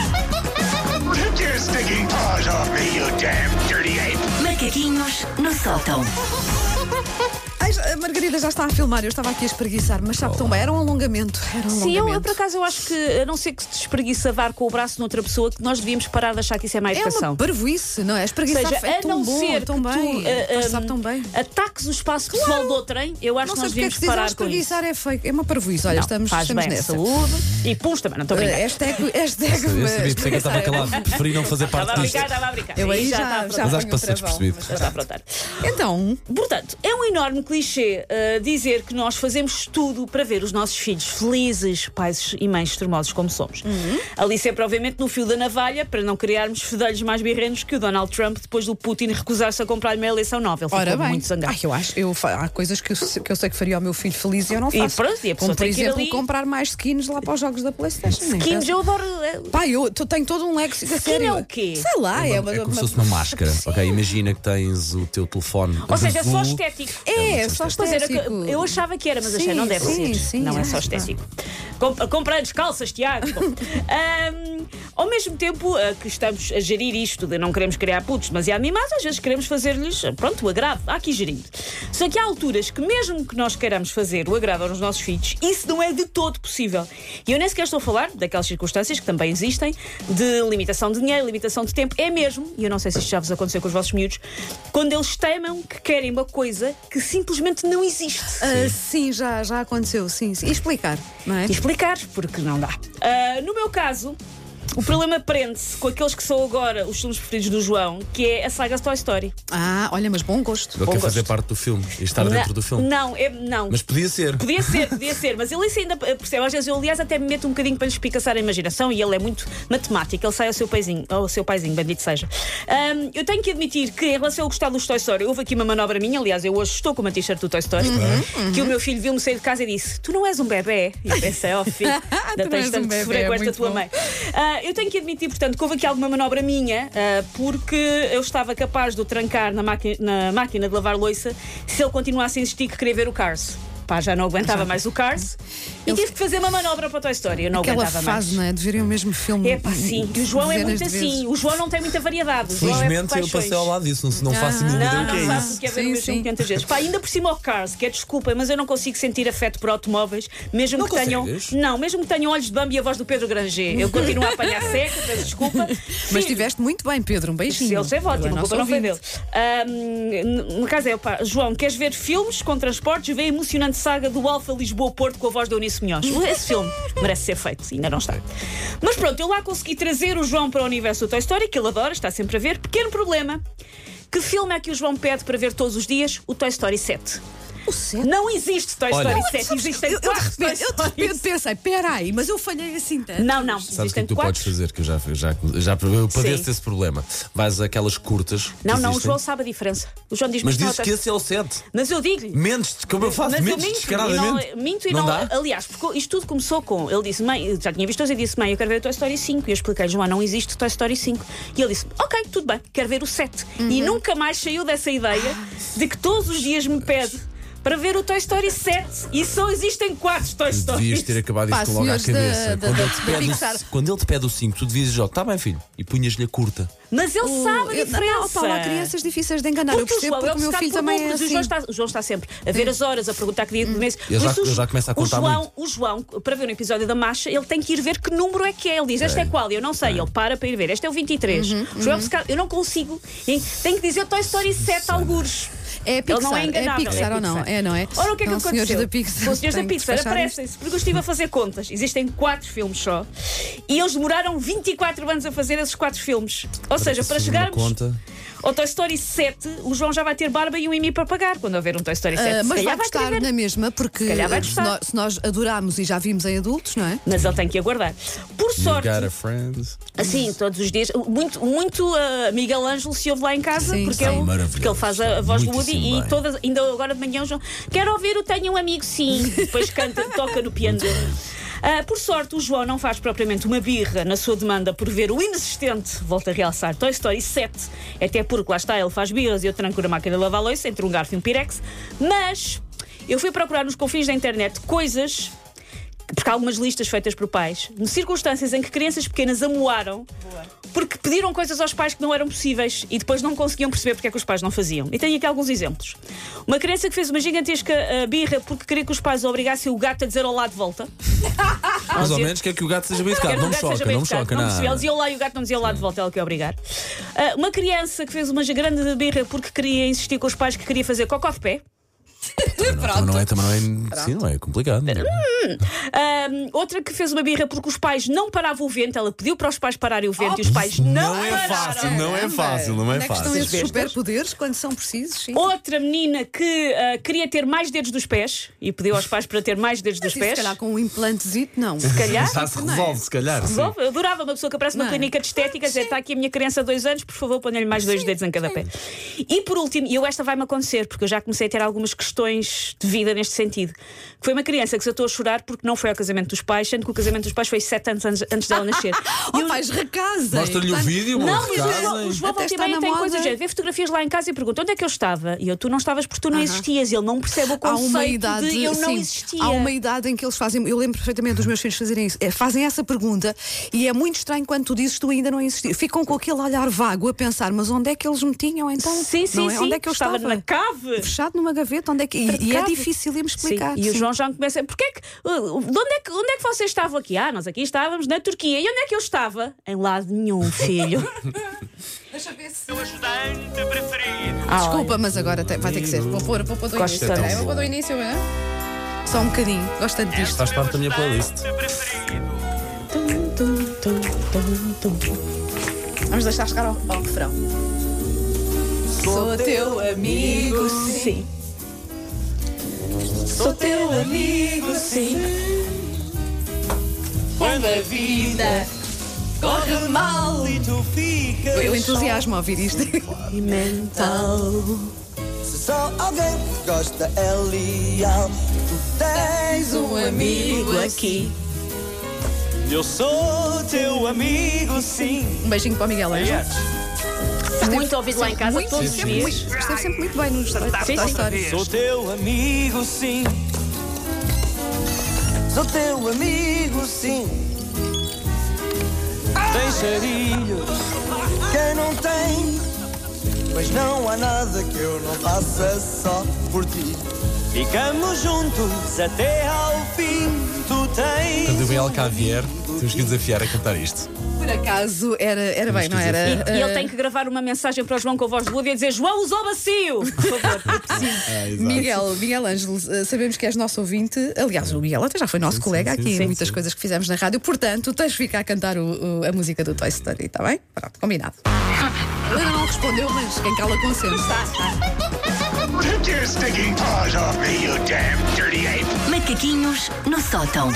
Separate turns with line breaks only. Take your stinking paws off me, you damn dirty ape!
Macaquinhos no sótão.
Ai, já- a Margarida já está a filmar, eu estava aqui a espreguiçar, mas sabe tão bem, era um alongamento. Era um
Sim, é eu,
alongamento.
eu, por acaso eu acho que, a não ser que se espreguiçavar com o braço noutra pessoa, que nós devíamos parar de achar que isso é má
é
educação.
uma parvoíce, não é?
Ou
Espreguiçar
seja,
é
a
tão
não
bom,
ser
tão
que
bem.
tu ah,
Depois
ah,
sabe tão bem.
ataques o espaço pessoal do outrem, eu acho
Não
que
sei
nós
porque é que
devíamos
se diz, ah,
parar com isso.
espreguiçar é feio. É uma parvoíce, olha,
Não,
estamos,
faz
estamos
bem à
nessa.
saúde e puns também, não estou a
Uh,
brincar.
Hashtag, hashtag
Eu
mas-
sabia, por isso é que eu estava calado. Preferi não fazer
Estava
parte
a
disto.
brincar, estava a brincar.
Eu aí
Sim,
já, já,
está a
apanho
acho que passou
o travão,
despercebido.
mas
Já está a
pronto.
aprontar.
Então,
Portanto, é um enorme clichê uh, dizer que nós fazemos tudo para ver os nossos filhos felizes, pais e mães extremosos como somos.
Uhum.
Ali sempre, obviamente, no fio da navalha para não criarmos fedelhos mais birrenos que o Donald Trump depois do Putin recusar-se a comprar-lhe uma eleição nova. Ele ficou
ora bem.
muito zangado.
Ai, eu acho, eu, fa- há coisas que eu, se- que eu sei que faria ao meu filho feliz e eu não
E
faço.
pronto, e a pessoa
Como, por
tem que ir
exemplo,
ali-
comprar mais skins lá para os jogos da Playstation. então. nem
Kim,
penso.
eu adoro... eh,
Pá, eu to- tenho todo um léxico. a
Skin
sério.
é o quê?
Sei lá, é, uma,
É como
uma-
se fosse uma máscara. Ok, imagina que tens o teu telefone.
Ou seja, é
azul.
só estético.
É, é só
Pois era, que-
estético.
eu achava que era, mas achei,
Sim,
não deve
sim,
ser.
sim,
não é só
ah,
estético. Com, comprei-lhes calças, Tiago. Bom, ahm, ao mesmo tempo ah, que estamos a gerir isto, de não queremos criar putos demasiado mimados, às vezes queremos fazer-lhes, ah, pronto, o agrado. Há aqui gerindo. Só que há alturas que, mesmo que nós queiramos fazer o agrado aos nossos filhos, isso não é de todo possível. E eu nem sequer estou a falar daquelas circunstâncias que também existem, de limitação de dinheiro, limitação de tempo. É mesmo, e eu não sei se isto já vos aconteceu com os vossos miúdos, quando eles temam que querem uma coisa que simplesmente não existe.
Ah, sim, já, já aconteceu, sim, sim. E explicar, não é?
E explicar, porque não dá. Ah, no meu caso, o problema prende-se com aqueles que são agora os filmes preferidos do João, que é a saga Toy Story.
Ah, olha, mas bom gosto.
Eu
Bom
quero fazer
gosto.
parte do filme e estar dentro
Na-
do filme.
Não, é, não.
Mas podia ser.
Podia ser, podia ser, mas ele isso ainda percebe. Às vezes eu, aliás, até me meto um bocadinho para lhe espicaçar a imaginação e ele é muito matemático. Ele sai ao seu paizinho, ao seu paizinho, bendito seja. Ahm, eu tenho que admitir que, em relação ao gostar dos Toy Story, houve aqui uma manobra minha. Aliás, eu hoje estou com uma t-shirt do Toy Story.
Uhum.
Que o meu filho viu-me sair de casa e disse: Tu não és um bebê? E eu pensei: Oh, filho,
Tu
ainda
não és
tens
um
tanto que
bebé,
sofrer com esta
muito
tua
bom.
mãe. Ah, eu tenho que admitir, portanto, que houve aqui alguma manobra minha, ah, porque eu estava capaz de o trancar na, maqui- na máquina de lavar louça se ele continuasse a insistir que queria ver o Cars. Pá, já não aguentava mais o Cars e
Ele-
tive que fazer uma manobra para a tua história. Eu não
Aquela
aguentava
fase, não
mais.
é? De verem o mesmo filme.
É pá, sim. E o João é
dezenas
muito
de
assim.
vezes.
O João não tem muita variedade. O João é
Felizmente
por
eu passei
paixões.
ao lado disso, não, não faço
Ah,
nenhuma
Não,
ideia do
não
que é
sabe
isso.
o que é ver o
Sim,
mesmo
sim.
filme 500 vezes. Pá, ainda por cima ao Cars, que é desculpa, mas eu não consigo sentir afeto por automóveis, mesmo
Não
que tenham.
consegues?
Não, mesmo que tenham olhos de Bambi e a voz do Pedro Granger. Eu continuo a apanhar seca, peço desculpa.
Mas
Filho,
estiveste muito bem, Pedro. Um beijinho.
se ele esteve ótimo,
Ele é
a
nosso
culpa não foi dele.
ouvinte.
Ahm, no caso é, pá, João, queres ver filmes com transportes? Vê a emocionante saga do Alfa Lisboa-Porto com a voz da Eunice Munhoz.
Hum.
Esse filme merece ser feito, ainda não está. Mas pronto, eu lá consegui trazer o João para o universo do Toy Story, que ele adora, está sempre a ver. Pequeno problema. Que filme é que o João pede para ver todos os dias? O Toy Story 7.
O Sérgio.
Não existe Toy
Olha,
Story 7, existem
Eu, eu de
quatro Toy
repente, eu de repente
Stories.
pensei, peraí, mas eu falhei assim tanto.
Não, não,
Sabes o que é
existem
que tu podes
quatro.
fazer? Que eu já, já, já eu padeço
Sim.
esse problema. Vais àquelas curtas. que
Não, não, o
existem,
João sabe a diferença. O João diz
Mas
não,
dizes
Toy
que esse é o 7.
Mas eu digo-lhe.
Mentes, como eu faço,
Mas eu
mentes
minto
descaradamente.
e não, é- minto e
Não
não,
dá?
aliás, porque isto tudo começou com ele disse, mãe, eu já tinha visto hoje e disse, mãe, eu quero ver o Toy Story 5 e eu expliquei, João, não existe Toy Story 5 e ele disse, ok, tudo bem, quero ver o 7 e
Uhum.
nunca mais saiu dessa ideia de que todos os dias me pede para ver o Toy Story 7 e só existem 4 Toy
Devias
Stories
ter acabado
Pá,
isto logo à
senhores
cabeça.
da- da-
quando,
da-
ele te
da
pede
Pixar.
o, quando ele te pede o 5, tu devias dizer: está bem, filho. E punhas-lhe a curta.
mas ele
O-
sabe a
eu-
diferença
Não, opa, lá há crianças difíceis de enganar. eu
Porque o
percebo
João é
porque o meu
obcecado
filho
por
também é
números, e
assim. Hum.
o, João está, o João está sempre a ver as horas, a perguntar que dia do mês.
Eu
Por
já-
isso o
eu já
Jo-
começo a
o
contar
João,
muito.
O João, para ver um episódio da Marcha, ele tem que ir ver que número é que é. Ele diz, este é qual? Eu não sei. Ele para para ir ver. Este é o 23.
Uhum,
o João é obcecado. Eu não consigo. E Tem que dizer Toy Story 7 algures.
É Pixar,
Ele não é enganável.
Pixar ou não? É, não é?
Ora, o que é que
Não, os senhores
aconteceu?
da Pixar
Os senhores da
têm que
Pixar
despachar
aparecem-se, porque eu estive a fazer contas. Existem quatro filmes só. E eles demoraram 24 anos a fazer esses quatro filmes. Ou seja,
se
para
fazer uma
chegarmos
Assim, conta.
ao Toy Story 7, o João já vai ter barba e um IMI para pagar quando houver um Toy Story 7.
Ah,
Se
mas
calhar
vai
vai
gostar
querer ver.
na mesma, porque
calhar vai
se,
gostar.
nós, se nós adorámos e já vimos em adultos, não é?
Mas ele tem que aguardar. Por
You
sorte,
got a friend.
assim, todos os dias, muito, muito ah, Miguel Ângelo se ouve lá em casa,
Sim,
porque,
sim.
ele,
Maravilhoso.
porque ele faz a, a voz do Woody
Muitíssimo
e
bem.
todas, ainda agora de manhã o João quero ouvir o Tenho um Amigo Sim. Depois canta, toca no piano dele. Ah, por sorte, o João não faz propriamente uma birra na sua demanda por ver o inexistente, volta a realçar, Toy Story 7, até porque lá está, ele faz birras e eu tranco na máquina de lavar louça entre um garfo e um pirex, mas eu fui procurar nos confins da internet coisas porque há algumas listas feitas por pais, de circunstâncias em que crianças pequenas amuaram porque pediram coisas aos pais que não eram possíveis e depois não conseguiam perceber porque é que os pais não faziam. E tenho aqui alguns exemplos. Uma criança que fez uma gigantesca ah, birra porque queria que os pais obrigassem o gato a dizer olá de volta. Ah,
Mais ou menos quer que o gato seja bem educado.
Quero
Não
é que
me
o gato seja
choca,
bem
não me
educado.
choca
Não percebi. Eles
nada.
iam lá e o gato não dizia lá de volta, ela que ia obrigar. Ah, uma criança que fez uma grande birra porque queria insistir com os pais que queria fazer cocó de pé.
Também não é, também não é, sim, não é complicado. não é?
Ah, outra que fez uma birra porque os pais não paravam o vento, ela pediu para os pais pararem o vento e os
Oh,
pais não, pararam.
não é fácil, não
Onde é que estão esses
bestas?
superpoderes quando são precisos? Sim.
Outra menina que ah, queria ter mais dedos dos pés e pediu aos pais para ter mais dedos
Mas
dos
isso, se
pés.
calhar com um implantezito, não. Se
calhar.
Já se resolve, se calhar. sim.
é? Resolve? Eu adorava uma pessoa que aparece numa
Não é?
clínica de estética e dizer: está aqui a minha criança há dois anos, por favor, ponha-lhe mais dois dedos em cada pé. E por último, e eu esta vai-me acontecer, porque eu já comecei a ter algumas questões de vida neste sentido, que foi uma criança que se atou a chorar porque não foi ao casamento dos pais, sendo que o casamento dos pais foi sete anos antes, antes dela nascer. E
Oh,
eu-
pais, recasem.
Mostra-lhe o
Portanto,
vídeo, ou
Não, mas o João- o
casem.
João
Até
volta e
está
meia
na
tem
moda.
coisas do género. Vê fotografias lá em casa e pergunta onde é que eu estava. E eu, tu não estavas porque tu não existias. Ele não percebe o
Há
conceito
uma idade,
de eu não
sim,
existia.
há uma idade em que eles fazem, eu lembro perfeitamente dos meus filhos fazerem isso, É, fazem essa pergunta e é muito estranho quando tu dizes tu ainda não existias. Ficam com aquele olhar vago a pensar, mas onde é que eles me tinham então?
Sim, sim,
Não é?
sim.
Onde é que eu estava?
na cave.
Fechado numa gaveta, onde é que. E, e é
Trancado.
difícil me
Sim,
explicar.
E o
sim.
João já me começa. Porquê é que, uh, de onde, é que, onde é que vocês estavam aqui? Ah, nós aqui estávamos na Turquia. E onde é que eu estava? Em lado nenhum, filho. Ah,
Desculpa, mas agora tem- vai ter que ser. Vou pôr, vou pôr do
Gosto
início.
tanto.
peraí, Vou pôr do início, né? Só um bocadinho. Gosto tanto disto.
Faz parte da minha playlist.
Tum, tum, tum, tum, tum.
Vamos deixar chegar ao, ao refrão. Sou É teu amigo,
Sim. Sou teu amigo, sim.
corre mal e tu fica. Eu entusiasmo a ouvir isto.
E mental.
Só alguém que gosta é leal. Tu tens um amigo aqui. Eu sou teu amigo, sim.
Um beijinho para o Miguel Ângelo.
Muito ouvido lá em casa
Muito,
todos os
sempre
dias.
muito. Esteve sempre muito bem nos Toy
sim.
Story.
Sou teu amigo, sim. Sou teu amigo, sim. Tem charilhos, quem não tem. Mas não há nada que eu não faça só por ti. Ficamos juntos até ao fim. Tu
Quando o
tens.
BL cá vier, temos que o desafiar a cantar isto.
Por acaso era, era bem, não
quer
era?
E ele tem que gravar uma mensagem para o João com a voz de Lúvia e dizer: João usou bacio! Por favor, eu preciso.
Eh, Miguel, Miguel Ângelo, eh, sabemos que és nosso ouvinte. Aliás, o Miguel até já foi nosso colega aqui em muitas coisas que fizemos na rádio. Portanto, tens de ficar a cantar o- o- a música do Toy Story, está bem? Pronto, combinado. Ela não respondeu, mas quem cala consente.
Take your stinking paws off me, you damn dirty ape!
Macaquinhos no sótão.